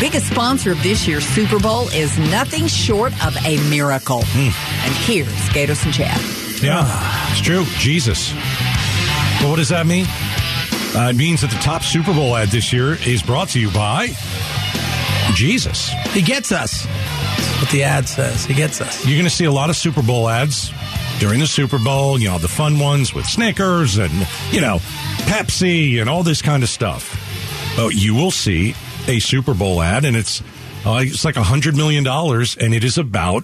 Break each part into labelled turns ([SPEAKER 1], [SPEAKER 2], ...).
[SPEAKER 1] biggest sponsor of this year's Super Bowl is nothing short of a miracle.
[SPEAKER 2] Hmm.
[SPEAKER 1] And here's Gatos and Chad.
[SPEAKER 2] Yeah, it's true. Jesus. But what does that mean? Uh, it means that the top Super Bowl ad this year is brought to you by Jesus.
[SPEAKER 3] He gets us. That's what the ad says. He gets us.
[SPEAKER 2] You're going to see a lot of Super Bowl ads during the Super Bowl. You know, the fun ones with Snickers and, you know, Pepsi and all this kind of stuff. But you will see a Super Bowl ad, and it's, uh, it's like $100 million, and it is about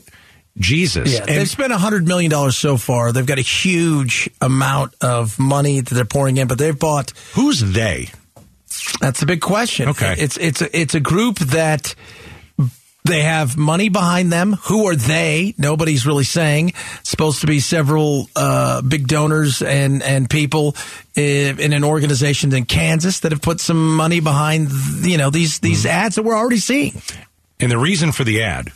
[SPEAKER 2] Jesus.
[SPEAKER 3] Yeah,
[SPEAKER 2] and
[SPEAKER 3] they've spent hundred million dollars so far. They've got a huge amount of money that they're pouring in, but they've bought.
[SPEAKER 2] who's they?
[SPEAKER 3] That's a big question.
[SPEAKER 2] Okay.
[SPEAKER 3] it's it's a, it's a group that they have money behind them. Who are they? Nobody's really saying. Supposed to be several uh, big donors and and people i- in an organization in Kansas that have put some money behind you know these these ads that we're already seeing.
[SPEAKER 2] And the reason for the ad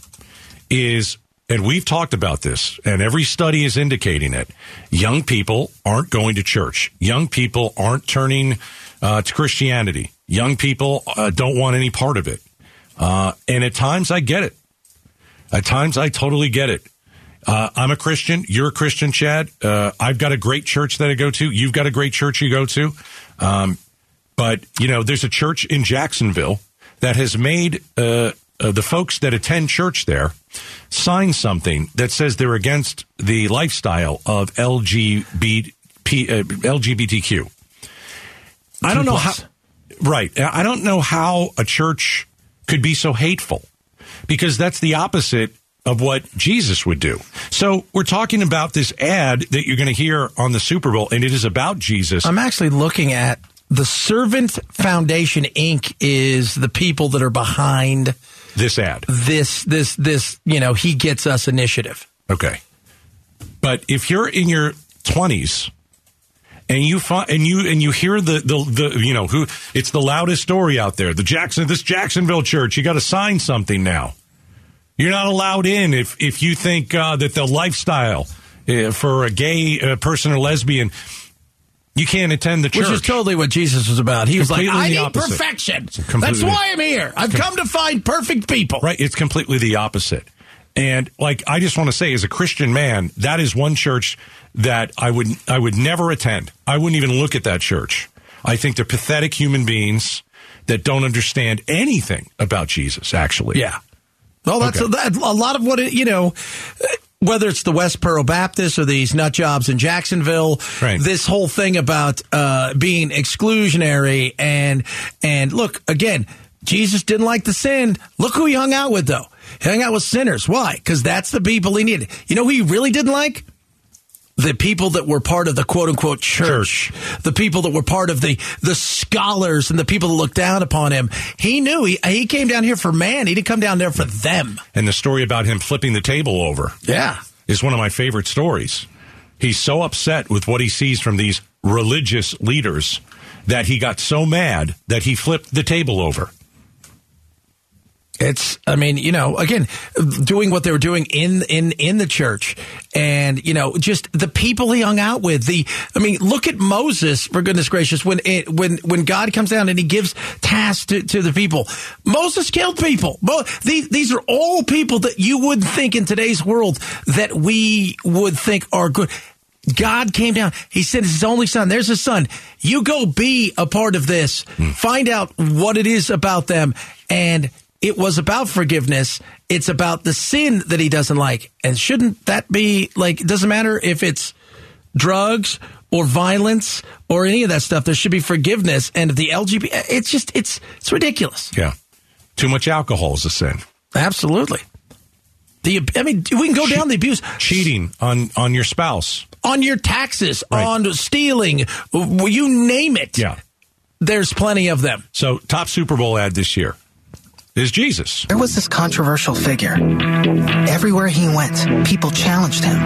[SPEAKER 2] is, and we've talked about this, and every study is indicating it young people aren't going to church, young people aren't turning uh, to Christianity, young people uh, don't want any part of it. Uh, and at times I get it. At times I totally get it. Uh, I'm a Christian. You're a Christian, Chad. Uh, I've got a great church that I go to. You've got a great church you go to. Um, but you know, there's a church in Jacksonville that has made uh, uh, the folks that attend church there sign something that says they're against the lifestyle of LGBT, uh, LGBTQ. I don't know how. Right. I don't know how a church could be so hateful because that's the opposite of what Jesus would do. So we're talking about this ad that you're going to hear on the Super Bowl, and it is about Jesus.
[SPEAKER 3] I'm actually looking at the Servant Foundation Inc. is the people that are behind
[SPEAKER 2] this ad.
[SPEAKER 3] this this this you know he gets us initiative.
[SPEAKER 2] Okay. But if you're in your 20s and you find, and you and you hear the, the the you know who it's the loudest story out there the Jackson this Jacksonville church you got to sign something now you're not allowed in if if you think uh, that the lifestyle uh, for a gay uh, person or lesbian you can't attend the church
[SPEAKER 3] Which is totally what Jesus was about. He was like,
[SPEAKER 2] Completely
[SPEAKER 3] I
[SPEAKER 2] the
[SPEAKER 3] need
[SPEAKER 2] opposite.
[SPEAKER 3] perfection. That's
[SPEAKER 2] completely-
[SPEAKER 3] why I'm here. I've come to find perfect people.
[SPEAKER 2] Right. It's completely the opposite. And like I just want to say, as a Christian man, that is one church that I would I would never attend. I wouldn't even look at that church. I think they're pathetic human beings that don't understand anything about Jesus. Actually,
[SPEAKER 3] Yeah. Well, that's
[SPEAKER 2] Okay.
[SPEAKER 3] a, that, a lot of what it, you know. Whether it's the Westboro Baptist or these nut jobs in Jacksonville,
[SPEAKER 2] Right.
[SPEAKER 3] this whole thing about uh, being exclusionary and and look again, Jesus didn't like the sin. Look who he hung out with though. He hung out with sinners. Why? Because that's the people he needed. You know who he really didn't like? the people that were part of the quote unquote church, the people that were part of the the scholars and the people that looked down upon him. He knew he he came down here for man. He didn't come down there for them.
[SPEAKER 2] And the story about him flipping the table over
[SPEAKER 3] Yeah.
[SPEAKER 2] is one of my favorite stories. He's so upset with what he sees from these religious leaders that he got so mad that he flipped the table over.
[SPEAKER 3] It's I mean, you know, again, doing what they were doing in in in the church and you know, just the people he hung out with. The I mean, look at Moses for goodness gracious when it, when when God comes down and he gives tasks to, to the people. Moses killed people. Mo- the- these are all people that you would think in today's world that we would think are good. God came down. He sent his only son. There's his son. You go be a part of this.
[SPEAKER 2] Hmm.
[SPEAKER 3] Find out what it is about them. And it was about forgiveness. It's about the sin that he doesn't like. And shouldn't that be like, it doesn't matter if it's drugs or violence or any of that stuff. There should be forgiveness. And if the LGBT, it's just, it's, it's ridiculous.
[SPEAKER 2] Yeah, too much alcohol is a sin.
[SPEAKER 3] Absolutely. The, I mean, we can go down the abuse.
[SPEAKER 2] cheating on on your spouse.
[SPEAKER 3] on your taxes,
[SPEAKER 2] Right.
[SPEAKER 3] on stealing, w- you name it.
[SPEAKER 2] Yeah.
[SPEAKER 3] There's plenty of them.
[SPEAKER 2] So top Super Bowl ad this year is Jesus.
[SPEAKER 4] There was this controversial figure. Everywhere he went, people challenged him.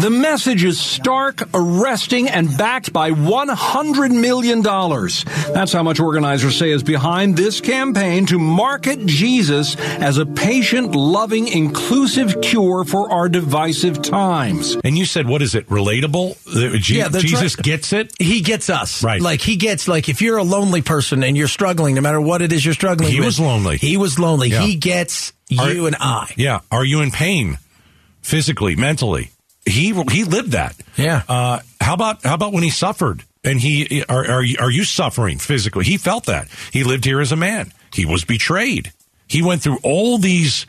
[SPEAKER 5] The message is stark, arresting, and backed by $100 million. That's how much organizers say is behind this campaign to market Jesus as a patient, loving, inclusive cure for our divisive times.
[SPEAKER 2] And you said, what is it? Relatable? That Je-
[SPEAKER 3] Yeah, they're
[SPEAKER 2] Jesus
[SPEAKER 3] try-
[SPEAKER 2] gets it.
[SPEAKER 3] He gets us.
[SPEAKER 2] Right.
[SPEAKER 3] Like, he gets, like, if you're a lonely person and you're struggling, no matter what it is you're struggling
[SPEAKER 2] He
[SPEAKER 3] with,
[SPEAKER 2] was lonely.
[SPEAKER 3] He He was lonely.
[SPEAKER 2] Yeah.
[SPEAKER 3] He gets
[SPEAKER 2] Are-
[SPEAKER 3] you and I.
[SPEAKER 2] Yeah. Are you in pain physically, mentally? He he lived that.
[SPEAKER 3] Yeah.
[SPEAKER 2] Uh, how about how about when he suffered and he are are you, are you suffering physically? He felt that. He lived here as a man. He was betrayed. He went through all these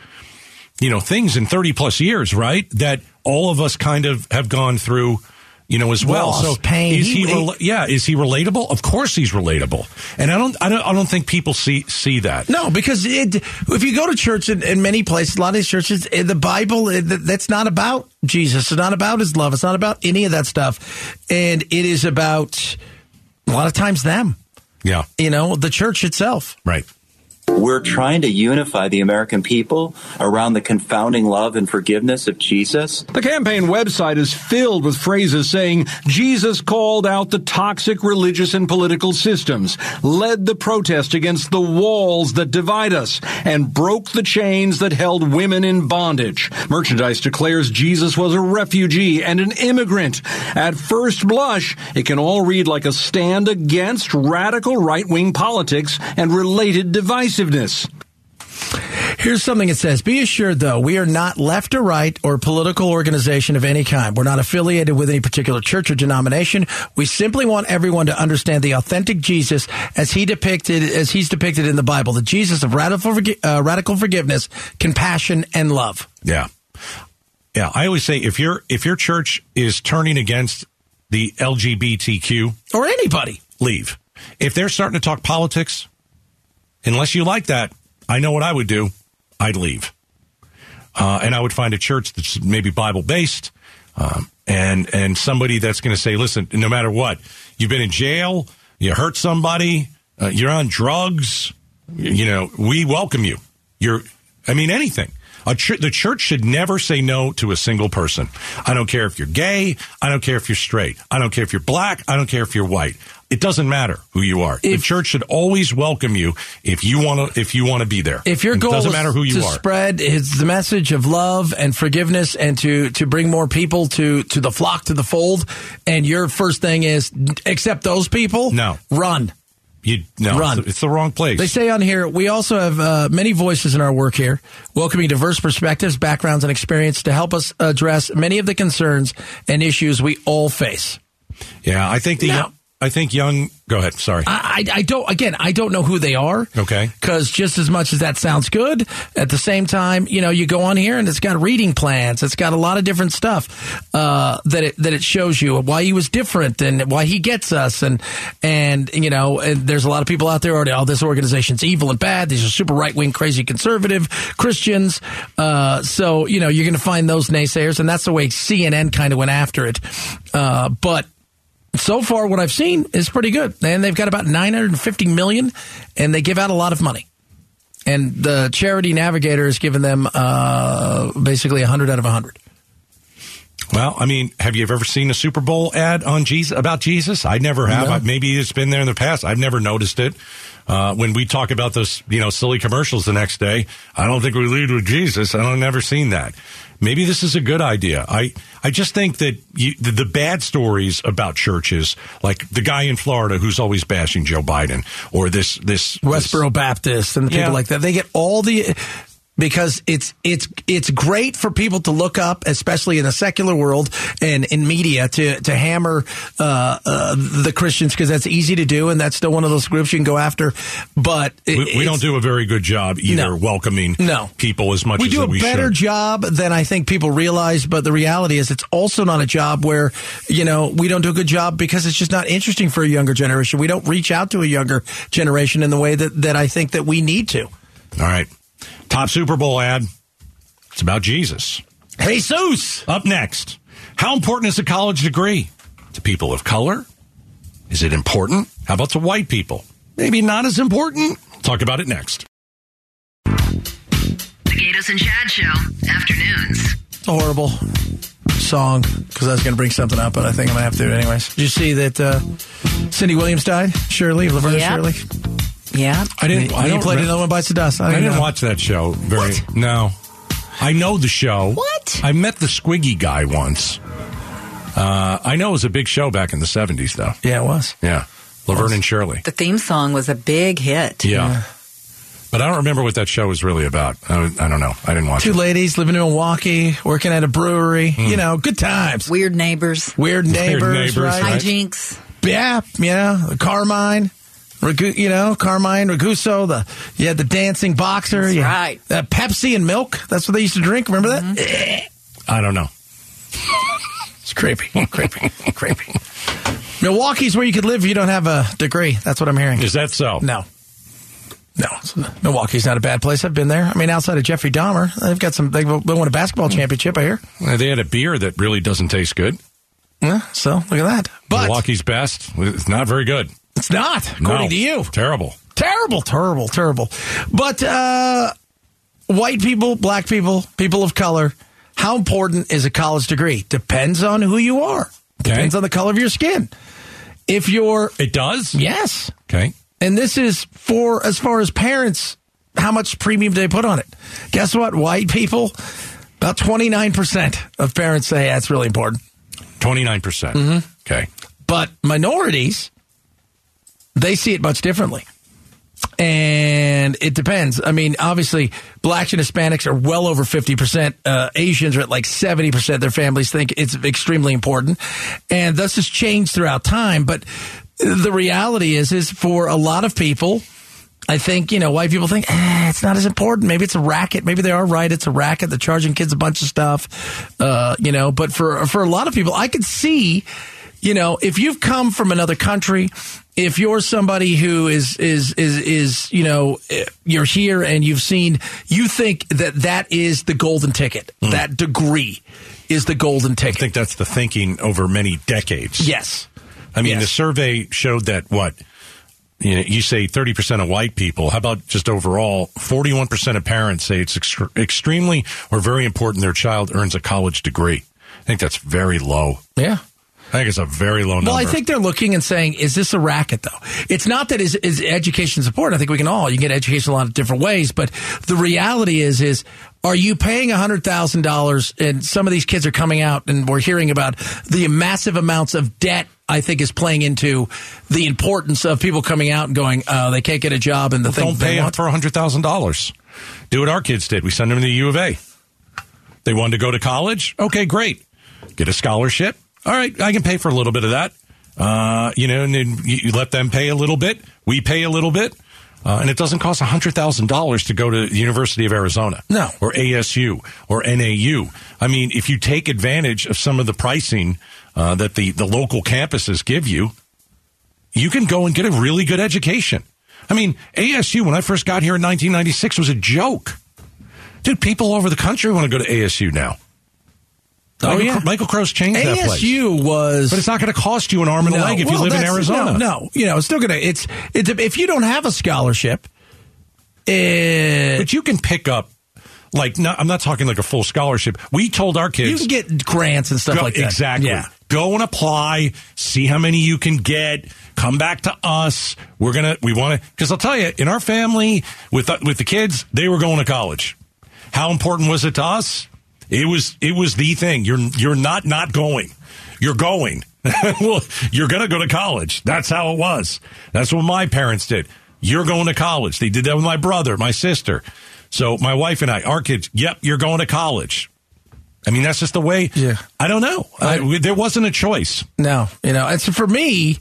[SPEAKER 2] you know things in 30 plus years, right? That all of us kind of have gone through you know as well.
[SPEAKER 3] Loss,
[SPEAKER 2] so
[SPEAKER 3] pain.
[SPEAKER 2] is he,
[SPEAKER 3] He-
[SPEAKER 2] rela- yeah, is he relatable? Of course he's relatable. And I don't I don't I don't think people see see that.
[SPEAKER 3] No, because it, if you go to church in, in many places, a lot of these churches, eh, the Bible, eh, th- that's not about Jesus. It's not about his love. It's not about any of that stuff. And it is about a lot of times them,
[SPEAKER 2] Yeah.
[SPEAKER 3] you know, the church itself.
[SPEAKER 2] Right.
[SPEAKER 6] We're trying to unify the American people around the confounding love and forgiveness of Jesus.
[SPEAKER 5] The campaign website is filled with phrases saying Jesus called out the toxic religious and political systems, led the protest against the walls that divide us, and broke the chains that held women in bondage. Merchandise declares Jesus was a refugee and an immigrant. At first blush, it can all read like a stand against radical right wing politics and related divisiveness.
[SPEAKER 3] Here's something it says Be assured, though, we are not left or right or political organization of any kind. We're not affiliated with any particular church or denomination. We simply want everyone to understand the authentic Jesus as he depicted, as he's depicted in the Bible, the Jesus of radical, forgi- uh, radical forgiveness, compassion, and love.
[SPEAKER 2] Yeah. Yeah, I always say if your if your church is turning against the LGBTQ,
[SPEAKER 3] Or anybody.
[SPEAKER 2] leave. If they're starting to talk politics, unless you like that, I know what I would do. I'd leave. Uh, and I would find a church that's maybe Bible based, um, and and somebody that's going to say, listen, no matter what, you've been in jail, you hurt somebody, uh, you're on drugs, y- you know, we welcome you. You're, I mean, anything. A chur- the church should never say no to a single person. I don't care if you're gay. I don't care if you're straight. I don't care if you're black. I don't care if you're white. It doesn't matter who you are. the church should always welcome you if you want to. If you want to be there,
[SPEAKER 3] If your
[SPEAKER 2] And
[SPEAKER 3] goal
[SPEAKER 2] it doesn't
[SPEAKER 3] is
[SPEAKER 2] matter who you
[SPEAKER 3] to
[SPEAKER 2] are.
[SPEAKER 3] spread his, the message of love and forgiveness and to, to bring more people to, to the flock, to the fold, and your first thing is accept those people,
[SPEAKER 2] No.
[SPEAKER 3] run.
[SPEAKER 2] You no,
[SPEAKER 3] Run.
[SPEAKER 2] It's, it's the wrong place.
[SPEAKER 3] They say on here, we also have uh, many voices in our work here, welcoming diverse perspectives, backgrounds, and experience to help us address many of the concerns and issues we all face.
[SPEAKER 2] yeah, I think the
[SPEAKER 3] No.
[SPEAKER 2] I think young. Go ahead. Sorry.
[SPEAKER 3] I, I, I don't, again, I don't know who they are.
[SPEAKER 2] Okay.
[SPEAKER 3] Because just as much as that sounds good, at the same time, you know, you go on here and it's got reading plans, it's got a lot of different stuff uh, that it that it shows you why he was different and why he gets us and and you know, and there's a lot of people out there already. Oh, this organization's evil and bad. These are super right wing, crazy conservative Christians. Uh, so you know, you're going to find those naysayers, and that's the way CNN kind of went after it. Uh, but so far what I've seen is pretty good. And they've got about 950 million and they give out a lot of money. And the charity navigator has given them uh, basically 100 out of 100.
[SPEAKER 2] well, I mean, have you ever seen a Super Bowl ad on Jesus about Jesus? I never have.
[SPEAKER 3] No.
[SPEAKER 2] I, maybe it's been there in the past. I've never noticed it. Uh, when we talk about those, you know, silly commercials the next day, I don't think we lead with Jesus. I don't never seen that. Maybe this is a good idea. I I just think that you, the, the bad stories about churches, like the guy in Florida who's always bashing Joe Biden, or this this this-
[SPEAKER 3] Westboro Baptist and the people
[SPEAKER 2] Yeah.
[SPEAKER 3] like that. They get all the because it's it's it's great for people to look up, especially in the secular world and in media, to to hammer uh, uh, the Christians because that's easy to do, and that's still one of those groups you can go after. But
[SPEAKER 2] We,
[SPEAKER 3] it-
[SPEAKER 2] we
[SPEAKER 3] it's-
[SPEAKER 2] don't do a very good job either
[SPEAKER 3] No.
[SPEAKER 2] welcoming
[SPEAKER 3] No.
[SPEAKER 2] people as much
[SPEAKER 3] we
[SPEAKER 2] as
[SPEAKER 3] do a
[SPEAKER 2] we
[SPEAKER 3] better
[SPEAKER 2] should.
[SPEAKER 3] job than I think people realize. But the reality is, it's also not a job where you know we don't do a good job because it's just not interesting for a younger generation. We don't reach out to a younger generation in the way that that I think that we need to.
[SPEAKER 2] All right. Top Super Bowl ad. It's about Jesus.
[SPEAKER 3] Jesus,
[SPEAKER 2] Up next. How important is a college degree to people of color? Is it important? How about to white people? Maybe not as important. Talk about it next.
[SPEAKER 7] The Gatos and Chad Show, afternoons.
[SPEAKER 3] it's a horrible song because I was going to bring something up, but I think I'm going to have to anyways. Did you see that uh, Cindy Williams died? Shirley, Laverne
[SPEAKER 1] Yep.
[SPEAKER 3] Shirley.
[SPEAKER 1] Yeah.
[SPEAKER 2] I didn't. I
[SPEAKER 3] he
[SPEAKER 2] don't.
[SPEAKER 3] played
[SPEAKER 2] re-
[SPEAKER 3] another one bites the dust. I,
[SPEAKER 2] I
[SPEAKER 3] don't
[SPEAKER 2] didn't
[SPEAKER 3] know.
[SPEAKER 2] watch that show. Very. No. I know the show.
[SPEAKER 1] What?
[SPEAKER 2] I met the Squiggy guy once. Uh, I know it was a big show back in the seventies, though.
[SPEAKER 3] Yeah, it was.
[SPEAKER 2] Yeah, Laverne and Shirley.
[SPEAKER 1] The theme song was a big hit.
[SPEAKER 2] Yeah. But I don't remember what that show was really about. I, I don't know. I didn't watch
[SPEAKER 3] Two
[SPEAKER 2] it.
[SPEAKER 3] ladies living in Milwaukee, working at a brewery.
[SPEAKER 2] Hmm.
[SPEAKER 3] You know, good times.
[SPEAKER 1] Weird neighbors,
[SPEAKER 3] Weird neighbors,
[SPEAKER 2] neighbors,
[SPEAKER 3] right?
[SPEAKER 2] right.
[SPEAKER 1] hijinks.
[SPEAKER 3] Yeah, yeah. Carmine, Ragu- you know, Carmine Raguso. The you had the dancing boxer.
[SPEAKER 1] That's
[SPEAKER 3] you-
[SPEAKER 1] right. Mm-hmm.
[SPEAKER 3] Uh, Pepsi and milk. That's what they used to drink. Remember that?
[SPEAKER 2] I don't know.
[SPEAKER 3] It's creepy, creepy, creepy. Milwaukee's where you could live if you don't have a degree. That's what I'm hearing.
[SPEAKER 2] Is that so?
[SPEAKER 3] No. No, it's- uh, Milwaukee's not a bad place. I've been there. I mean, outside of Jeffrey Dahmer, they've got some. They they won a basketball
[SPEAKER 1] Mm.
[SPEAKER 3] championship. I hear.
[SPEAKER 2] Uh, They had a beer that really doesn't taste good.
[SPEAKER 3] Yeah, so look at that. But
[SPEAKER 2] Milwaukee's best. It's not very good.
[SPEAKER 3] it's not according
[SPEAKER 2] No.
[SPEAKER 3] to you.
[SPEAKER 2] Terrible.
[SPEAKER 3] terrible, terrible, terrible. But uh, white people, black people, people of color, how important is a college degree? Depends on who you are. Depends on the color of your skin. If you're
[SPEAKER 2] It does?
[SPEAKER 3] yes,
[SPEAKER 2] Okay.
[SPEAKER 3] and this is for as far as parents, how much premium do they put on it? Guess what? White people, about twenty nine percent of parents say that's really important.
[SPEAKER 2] 29%. percent
[SPEAKER 3] Mm-hmm.
[SPEAKER 2] Okay.
[SPEAKER 3] But minorities, they see it much differently. And it depends. I mean, obviously, blacks and Hispanics are well over 50%. Uh, Asians are at like 70%. Their families think it's extremely important. And thus has changed throughout time. But the reality is, is for a lot of people, I think, you know, white people think, eh, it's not as important. Maybe it's a racket. Maybe they are right. It's a racket. They're charging kids a bunch of stuff, uh, you know, but for, for a lot of people, I could see, you know, if you've come from another country, if you're somebody who is, is, is, is, you know, eh, you're here and you've seen, you think that that is the golden ticket. That degree is the golden
[SPEAKER 2] I
[SPEAKER 3] ticket.
[SPEAKER 2] think that's the thinking over many decades.
[SPEAKER 3] yes.
[SPEAKER 2] I mean,
[SPEAKER 3] Yes.
[SPEAKER 2] the survey showed that what? You, know, you say 30% of white people. How about just overall? 41% of parents say it's ext- extremely or very important their child earns a college degree. I think that's very low.
[SPEAKER 3] Yeah.
[SPEAKER 2] I think it's a very low number.
[SPEAKER 3] Well, I think they're looking and saying, is this a racket, though? It's not that is, is education support. I think we can all, you can get education a lot of different ways, but the reality is, is are you paying $100,000 and some of these kids are coming out and we're hearing about the massive amounts of debt I think is playing into the importance of people coming out and going, uh, they can't get a job and the thing
[SPEAKER 2] don't
[SPEAKER 3] they
[SPEAKER 2] pay
[SPEAKER 3] want.
[SPEAKER 2] up for $100,000. Do what our kids did. We send them to the U of A. They wanted to go to college. Okay, great. Get a scholarship. All right, I can pay for a little bit of that. Uh, you know, and then you, you let them pay a little bit. We pay a little bit. Uh, and it doesn't cost $100,000 to go to the University of Arizona.
[SPEAKER 3] No.
[SPEAKER 2] Or ASU or NAU. I mean, if you take advantage of some of the pricing uh, that the, the local campuses give you, you can go and get a really good education. I mean, ASU, when I first got here in 1996, was a joke. Dude, people all over the country want to go to ASU now.
[SPEAKER 3] Oh,
[SPEAKER 2] Michael,
[SPEAKER 3] yeah.
[SPEAKER 2] Michael Crow's changed that place.
[SPEAKER 3] ASU was.
[SPEAKER 2] But it's not going to cost you an arm and a leg if you
[SPEAKER 3] well,
[SPEAKER 2] live in
[SPEAKER 3] that's-
[SPEAKER 2] Arizona.
[SPEAKER 3] No, no, you know, it's still gonna. It's it's if you don't have a scholarship, eh,
[SPEAKER 2] But you can pick up, like, no, I'm not talking like a full scholarship. We told our kids.
[SPEAKER 3] you can get grants and stuff
[SPEAKER 2] Go-
[SPEAKER 3] like that.
[SPEAKER 2] Exactly.
[SPEAKER 3] Yeah.
[SPEAKER 2] Go and apply. See how many you can get. Come back to us. We're gonna. We want to. Because I'll tell you, in our family with the, with the kids, they were going to college. How important was it to us? It was. It was the thing. You're you're not not going. You're going. well, you're gonna go to college. That's how it was. That's what my parents did. You're going to college. They did that with my brother, my sister. So my wife and I, our kids. Yep, you're going to college. I mean, that's just the way.
[SPEAKER 3] Yeah.
[SPEAKER 2] I don't know. I, we- there wasn't a choice.
[SPEAKER 3] No, you know, it's for me.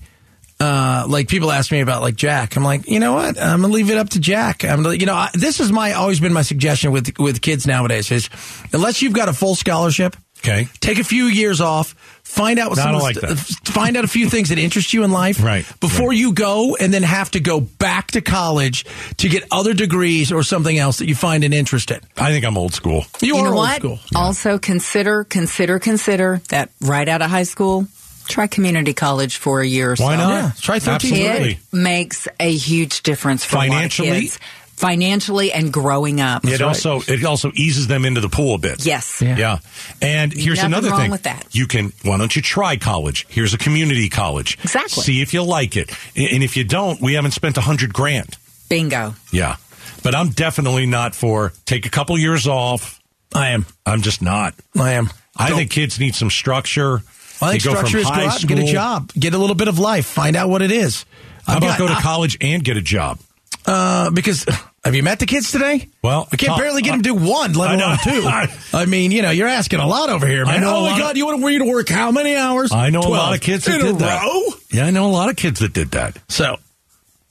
[SPEAKER 3] Uh, like people ask me about like Jack, I'm like, you know what? I'm gonna leave it up to Jack. I'm, like, you know, I, this is my always been my suggestion with with kids nowadays is unless you've got a full scholarship,
[SPEAKER 2] Okay.
[SPEAKER 3] take a few years off, find out what
[SPEAKER 2] No, I
[SPEAKER 3] some
[SPEAKER 2] don't
[SPEAKER 3] of
[SPEAKER 2] like
[SPEAKER 3] the st- uh,
[SPEAKER 2] that.
[SPEAKER 3] f- find out a few things that interest you in life,
[SPEAKER 2] Right,
[SPEAKER 3] Before
[SPEAKER 2] right.
[SPEAKER 3] you go, and then have to go back to college to get other degrees or something else that you find an interest in.
[SPEAKER 2] I think I'm old school.
[SPEAKER 3] You,
[SPEAKER 1] you
[SPEAKER 3] are
[SPEAKER 1] know
[SPEAKER 3] old
[SPEAKER 1] what?
[SPEAKER 3] school.
[SPEAKER 1] Also consider, consider, consider that right out of high school, try community college for a year or so.
[SPEAKER 2] Why not?
[SPEAKER 3] Yeah, try 13
[SPEAKER 2] Absolutely.
[SPEAKER 1] It makes a huge difference for a lot of
[SPEAKER 2] Financially?
[SPEAKER 1] kids. financially, and growing up.
[SPEAKER 2] It also it also eases them into the pool a bit.
[SPEAKER 1] Yes.
[SPEAKER 2] Yeah. And here's
[SPEAKER 1] Nothing
[SPEAKER 2] another
[SPEAKER 1] wrong
[SPEAKER 2] thing.
[SPEAKER 1] with that.
[SPEAKER 2] You can why don't you try college? Here's a community college.
[SPEAKER 1] Exactly.
[SPEAKER 2] See if you like it. And and if you don't, we haven't spent a hundred grand.
[SPEAKER 1] Bingo.
[SPEAKER 2] Yeah. But I'm definitely not for take a couple years off.
[SPEAKER 3] I am.
[SPEAKER 2] I'm just not.
[SPEAKER 3] I am.
[SPEAKER 2] I
[SPEAKER 3] Don't-
[SPEAKER 2] think kids need some structure.
[SPEAKER 3] I think
[SPEAKER 2] they go
[SPEAKER 3] structure
[SPEAKER 2] from
[SPEAKER 3] is go
[SPEAKER 2] high
[SPEAKER 3] out and get a
[SPEAKER 2] school-
[SPEAKER 3] job, get a little bit of life, find out what it is.
[SPEAKER 2] How
[SPEAKER 3] I've
[SPEAKER 2] about
[SPEAKER 3] got-
[SPEAKER 2] go to
[SPEAKER 3] I-
[SPEAKER 2] college and get a job?
[SPEAKER 3] uh, because Have you met the kids today?
[SPEAKER 2] Well,
[SPEAKER 3] I can't
[SPEAKER 2] Tom,
[SPEAKER 3] barely get
[SPEAKER 2] I-
[SPEAKER 3] them to do one, let
[SPEAKER 2] I know.
[SPEAKER 3] alone two. I mean, you know, you're asking a lot over here, man.
[SPEAKER 2] I know a
[SPEAKER 3] oh my
[SPEAKER 2] lot of-
[SPEAKER 3] God, you want to, to work how many hours?
[SPEAKER 2] I know a
[SPEAKER 3] 12.
[SPEAKER 2] lot of kids that
[SPEAKER 3] in
[SPEAKER 2] did
[SPEAKER 3] a
[SPEAKER 2] that.
[SPEAKER 3] row.
[SPEAKER 2] Yeah, I know a lot of kids that did that.
[SPEAKER 3] So,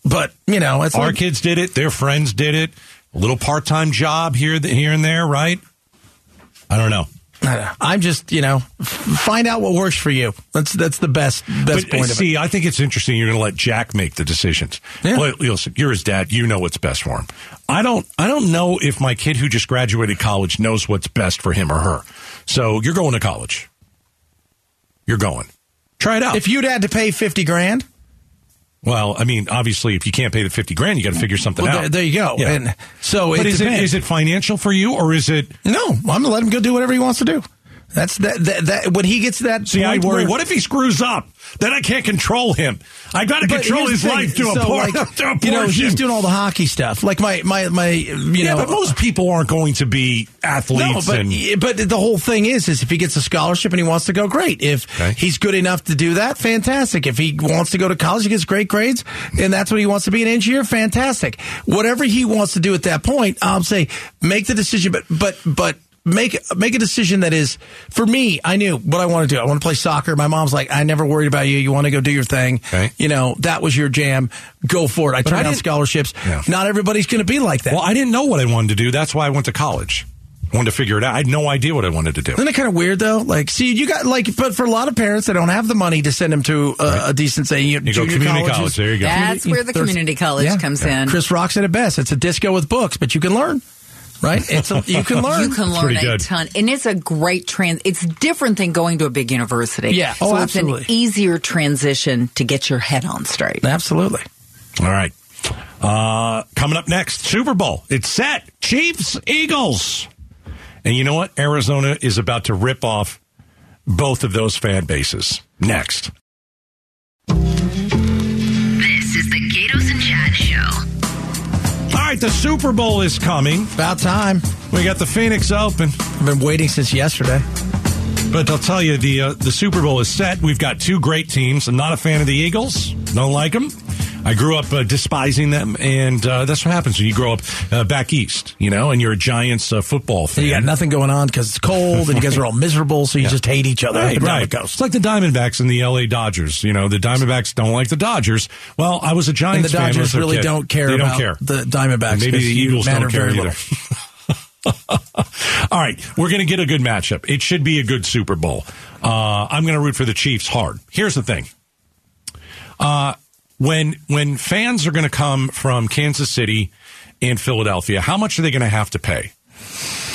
[SPEAKER 3] but you know, it's
[SPEAKER 2] Our
[SPEAKER 3] like,
[SPEAKER 2] kids did it. Their friends did it. A little part-time job here, th- here and there, right? I don't know.
[SPEAKER 3] I don't know. I'm just you know, f- find out what works for you. That's that's the best best
[SPEAKER 2] But uh,
[SPEAKER 3] point. of it.
[SPEAKER 2] see, I think it's interesting. You're going to let Jack make the decisions.
[SPEAKER 3] Yeah.
[SPEAKER 2] Well, listen, you're his dad. You know what's best for him. I don't. I don't know if my kid who just graduated college knows what's best for him or her. So you're going to college. You're going. Try it out.
[SPEAKER 3] If you'd had to pay fifty grand,
[SPEAKER 2] well, I mean, obviously, if you can't pay the fifty grand, you got to figure something
[SPEAKER 3] well,
[SPEAKER 2] out.
[SPEAKER 3] there, there you go.
[SPEAKER 2] Yeah.
[SPEAKER 3] Oh, And so
[SPEAKER 2] but
[SPEAKER 3] it
[SPEAKER 2] is it
[SPEAKER 3] depends.
[SPEAKER 2] is it financial for you or is it?
[SPEAKER 3] No, I'm gonna let him go do whatever he wants to do. That's that that, that when he gets to that.
[SPEAKER 2] See, I
[SPEAKER 3] point
[SPEAKER 2] worry.
[SPEAKER 3] where-
[SPEAKER 2] What if he screws up? Then I can't control him. I got to
[SPEAKER 3] But
[SPEAKER 2] control his
[SPEAKER 3] here's the thing.
[SPEAKER 2] life to a
[SPEAKER 3] So,
[SPEAKER 2] point.
[SPEAKER 3] like,
[SPEAKER 2] to a
[SPEAKER 3] you know, he's
[SPEAKER 2] portion.
[SPEAKER 3] doing all the hockey stuff. Like my my my. You
[SPEAKER 2] yeah,
[SPEAKER 3] know, uh,
[SPEAKER 2] but most people aren't going to be
[SPEAKER 3] no,
[SPEAKER 2] athletes.
[SPEAKER 3] but
[SPEAKER 2] and
[SPEAKER 3] but the whole thing is, is if he gets a scholarship and he wants to go, great. If
[SPEAKER 2] Okay.
[SPEAKER 3] he's good enough to do that, fantastic. If he wants to go to college, he gets great grades, and that's what he wants to be an engineer. Fantastic. Whatever he wants to do at that point, I'll say make the decision. But but but. Make make a decision that is for me. I knew what I want to do. I want to play soccer. My mom's like, I never worried about you. You want to go do your thing.
[SPEAKER 2] Okay.
[SPEAKER 3] You know that was your jam. Go for it. I
[SPEAKER 2] I
[SPEAKER 3] turned down
[SPEAKER 2] didn't-
[SPEAKER 3] scholarships.
[SPEAKER 2] Yeah.
[SPEAKER 3] Not everybody's going to be like that.
[SPEAKER 2] well, I didn't know what I wanted to do. That's why I went to college. I wanted to figure it out. I had no idea what I wanted to do.
[SPEAKER 3] Isn't it kind of weird though? Like, see, you got like, but for a lot of parents, they don't have the money to send them to a, a decent, say,
[SPEAKER 2] You
[SPEAKER 3] you,
[SPEAKER 2] go
[SPEAKER 3] junior
[SPEAKER 2] community
[SPEAKER 3] colleges.
[SPEAKER 2] college. There you go.
[SPEAKER 1] That's where the
[SPEAKER 3] There's-
[SPEAKER 1] community college
[SPEAKER 3] Yeah.
[SPEAKER 1] comes in.
[SPEAKER 3] Chris Rock's at it best. It's a disco with books, but you can learn, right? It's a, you can learn.
[SPEAKER 1] you can learn
[SPEAKER 2] pretty
[SPEAKER 1] a
[SPEAKER 2] good.
[SPEAKER 1] ton, and it's a great trans. It's different than going to a big university.
[SPEAKER 3] Yeah.
[SPEAKER 1] so
[SPEAKER 3] Oh,
[SPEAKER 1] it's an
[SPEAKER 3] absolutely.
[SPEAKER 1] easier transition to get your head on straight.
[SPEAKER 3] Absolutely.
[SPEAKER 2] All right. Uh, coming up next, Super Bowl. It's set. Chiefs, Eagles. And you know what? Arizona is about to rip off both of those fan bases. Next.
[SPEAKER 7] This is the Gatos and Chad Show.
[SPEAKER 2] All right, the Super Bowl is coming.
[SPEAKER 3] About time.
[SPEAKER 2] We got the Phoenix Open.
[SPEAKER 3] I've been waiting since yesterday.
[SPEAKER 2] But I'll tell you, the uh, the Super Bowl is set. We've got two great teams. I'm not a fan of the Eagles. Don't like them. I grew up uh, despising them, and uh, that's what happens when you grow up uh, back east, you know, and you're a Giants uh, football fan.
[SPEAKER 3] You got nothing going on because it's cold and you guys are all miserable, so you just hate each other. up
[SPEAKER 2] Right,
[SPEAKER 3] and down
[SPEAKER 2] right.
[SPEAKER 3] the
[SPEAKER 2] It's
[SPEAKER 3] coast.
[SPEAKER 2] like the Diamondbacks and the LA Dodgers. You know, the Diamondbacks don't like the Dodgers. Well, I was a
[SPEAKER 3] And
[SPEAKER 2] Giants
[SPEAKER 3] the
[SPEAKER 2] fan when I
[SPEAKER 3] Dodgers
[SPEAKER 2] was a
[SPEAKER 3] really
[SPEAKER 2] kid.
[SPEAKER 3] don't care
[SPEAKER 2] They
[SPEAKER 3] about
[SPEAKER 2] don't care.
[SPEAKER 3] the Diamondbacks.
[SPEAKER 2] Maybe
[SPEAKER 3] 'cause
[SPEAKER 2] the
[SPEAKER 3] you
[SPEAKER 2] Eagles
[SPEAKER 3] matter
[SPEAKER 2] don't care
[SPEAKER 3] very
[SPEAKER 2] either.
[SPEAKER 3] little.
[SPEAKER 2] All right, we're going to get a good matchup. It should be a good Super Bowl. Uh, I'm going to root for the Chiefs hard. Here's the thing: uh, when when fans are going to come from Kansas City and Philadelphia, how much are they going to have to pay?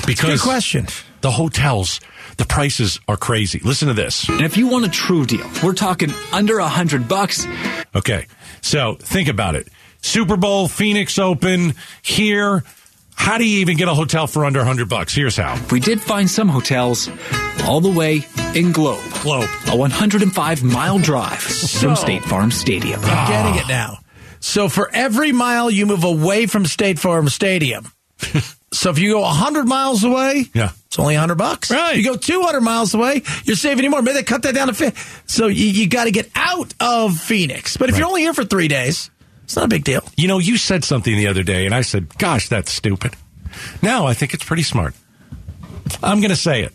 [SPEAKER 2] Because
[SPEAKER 3] Good question.
[SPEAKER 2] the hotels, the prices are crazy. Listen to this.
[SPEAKER 8] And if you want a true deal, we're talking under a hundred bucks.
[SPEAKER 2] Okay. So think about it. Super Bowl, Phoenix Open, here. How do you even get a hotel for under 100 bucks? Here's how.
[SPEAKER 8] We did find some hotels all the way in Globe,
[SPEAKER 2] Globe.
[SPEAKER 8] a 105 mile drive from State Farm Stadium.
[SPEAKER 3] I'm getting it now. So for every mile you move away from State Farm Stadium, so if you go 100 miles away,
[SPEAKER 2] Yeah.
[SPEAKER 3] it's only 100 bucks.
[SPEAKER 2] Right.
[SPEAKER 3] You go 200 miles away, you're saving even more. Maybe they cut that down to 50. So you, you got to get out of Phoenix. But if you're
[SPEAKER 2] Right.
[SPEAKER 3] only here for three days, it's not a big deal.
[SPEAKER 2] You know, you said something the other day, and I said, gosh, that's stupid. Now I think it's pretty smart. I'm going to say it.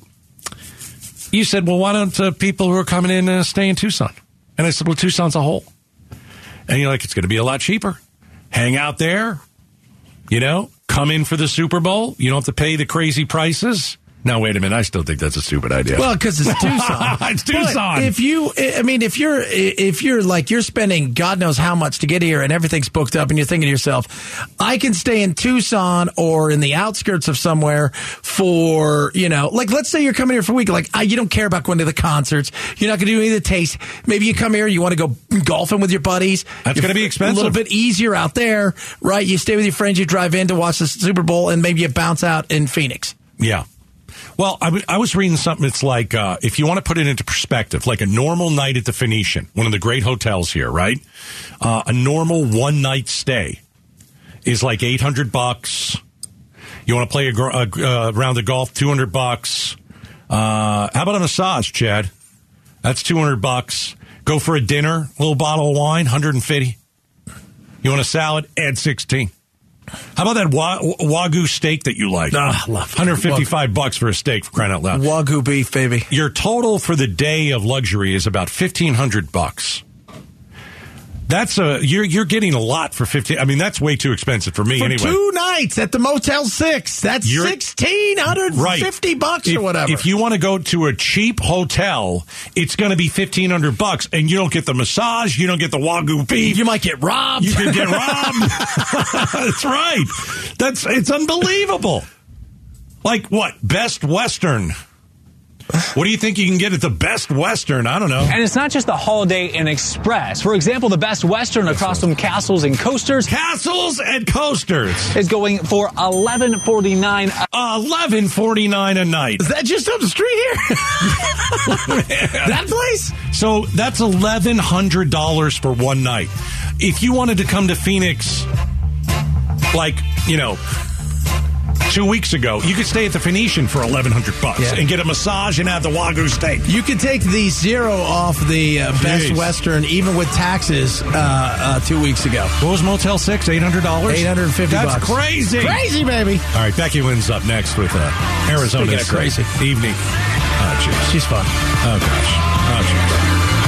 [SPEAKER 2] You said, well, why don't uh, people who are coming in uh, stay in Tucson? And I said, well, Tucson's a whole. And you're like, it's going to be a lot cheaper. Hang out there, you know, come in for the Super Bowl. You don't have to pay the crazy prices. Now, wait a minute. I still think that's a stupid idea.
[SPEAKER 3] Well, because it's Tucson.
[SPEAKER 2] It's
[SPEAKER 3] But
[SPEAKER 2] Tucson.
[SPEAKER 3] If you, I mean, if you're, if you're like you're spending God knows how much to get here, and everything's booked up, and you're thinking to yourself, I can stay in Tucson or in the outskirts of somewhere for you know, like let's say you're coming here for a week, like I, you don't care about going to the concerts, you're not going to do any of the taste. Maybe you come here, you want to go golfing with your buddies.
[SPEAKER 2] That's
[SPEAKER 3] You're
[SPEAKER 2] gonna be expensive.
[SPEAKER 3] A little bit easier out there, right? You stay with your friends, you drive in to watch the Super Bowl, and maybe you bounce out in Phoenix.
[SPEAKER 2] Yeah. Well, I w- I was reading something. It's like uh, if you want to put it into perspective, like a normal night at the Phoenician, one of the great hotels here, right? Uh, a normal one night stay is like eight hundred bucks. You want to play a, gr- a gr- uh, round of golf, two hundred bucks. Uh, how about a massage, Chad? That's two hundred bucks. Go for a dinner, little bottle of wine, hundred and fifty. You want a salad? Add sixteen. How about that wa- wagyu steak that you like?
[SPEAKER 3] Ah, love it.
[SPEAKER 2] 155 bucks for a steak for crying out loud.
[SPEAKER 3] Wagyu beef, baby.
[SPEAKER 2] Your total for the day of luxury is about 1500 bucks. That's a you're you're getting a lot for 15 I mean that's way too expensive for me
[SPEAKER 3] For
[SPEAKER 2] anyway.
[SPEAKER 3] two nights at the Motel Six, that's
[SPEAKER 2] You're-
[SPEAKER 3] sixteen hundred fifty bucks
[SPEAKER 2] if,
[SPEAKER 3] or whatever.
[SPEAKER 2] If you want to go to a cheap hotel, it's going to be fifteen hundred bucks, and you don't get the massage, you don't get the wagyu beef.
[SPEAKER 3] you might get robbed.
[SPEAKER 2] You could get robbed. That's right. That's it's unbelievable. Like what? Best Western. What do you think you can get at the Best Western? I don't know.
[SPEAKER 9] And it's not just the Holiday Inn Express. For example, the Best Western across from Castles and Coasters
[SPEAKER 2] Castles and coasters. Uh,
[SPEAKER 9] is going for 1149
[SPEAKER 2] Eleven forty nine a night.
[SPEAKER 3] Is that just up the street here? that place?
[SPEAKER 2] So that's eleven hundred dollars for one night. If you wanted to come to Phoenix, like you know, two weeks ago, you could stay at the Phoenician for eleven hundred bucks
[SPEAKER 3] Yeah.
[SPEAKER 2] and get a massage and have the wagyu steak.
[SPEAKER 3] You could take the zero off the uh, Best
[SPEAKER 2] Jeez.
[SPEAKER 3] Western, even with taxes, uh, uh, two weeks ago.
[SPEAKER 2] What was Motel Six? Eight hundred dollars.
[SPEAKER 3] $850.
[SPEAKER 2] That's crazy.
[SPEAKER 3] Crazy, baby.
[SPEAKER 2] All right, Becky Lynn's up next with uh, Arizona
[SPEAKER 3] Speaking of crazy.
[SPEAKER 2] evening. Oh, jeez.
[SPEAKER 3] She's fun.
[SPEAKER 2] Oh gosh. Oh,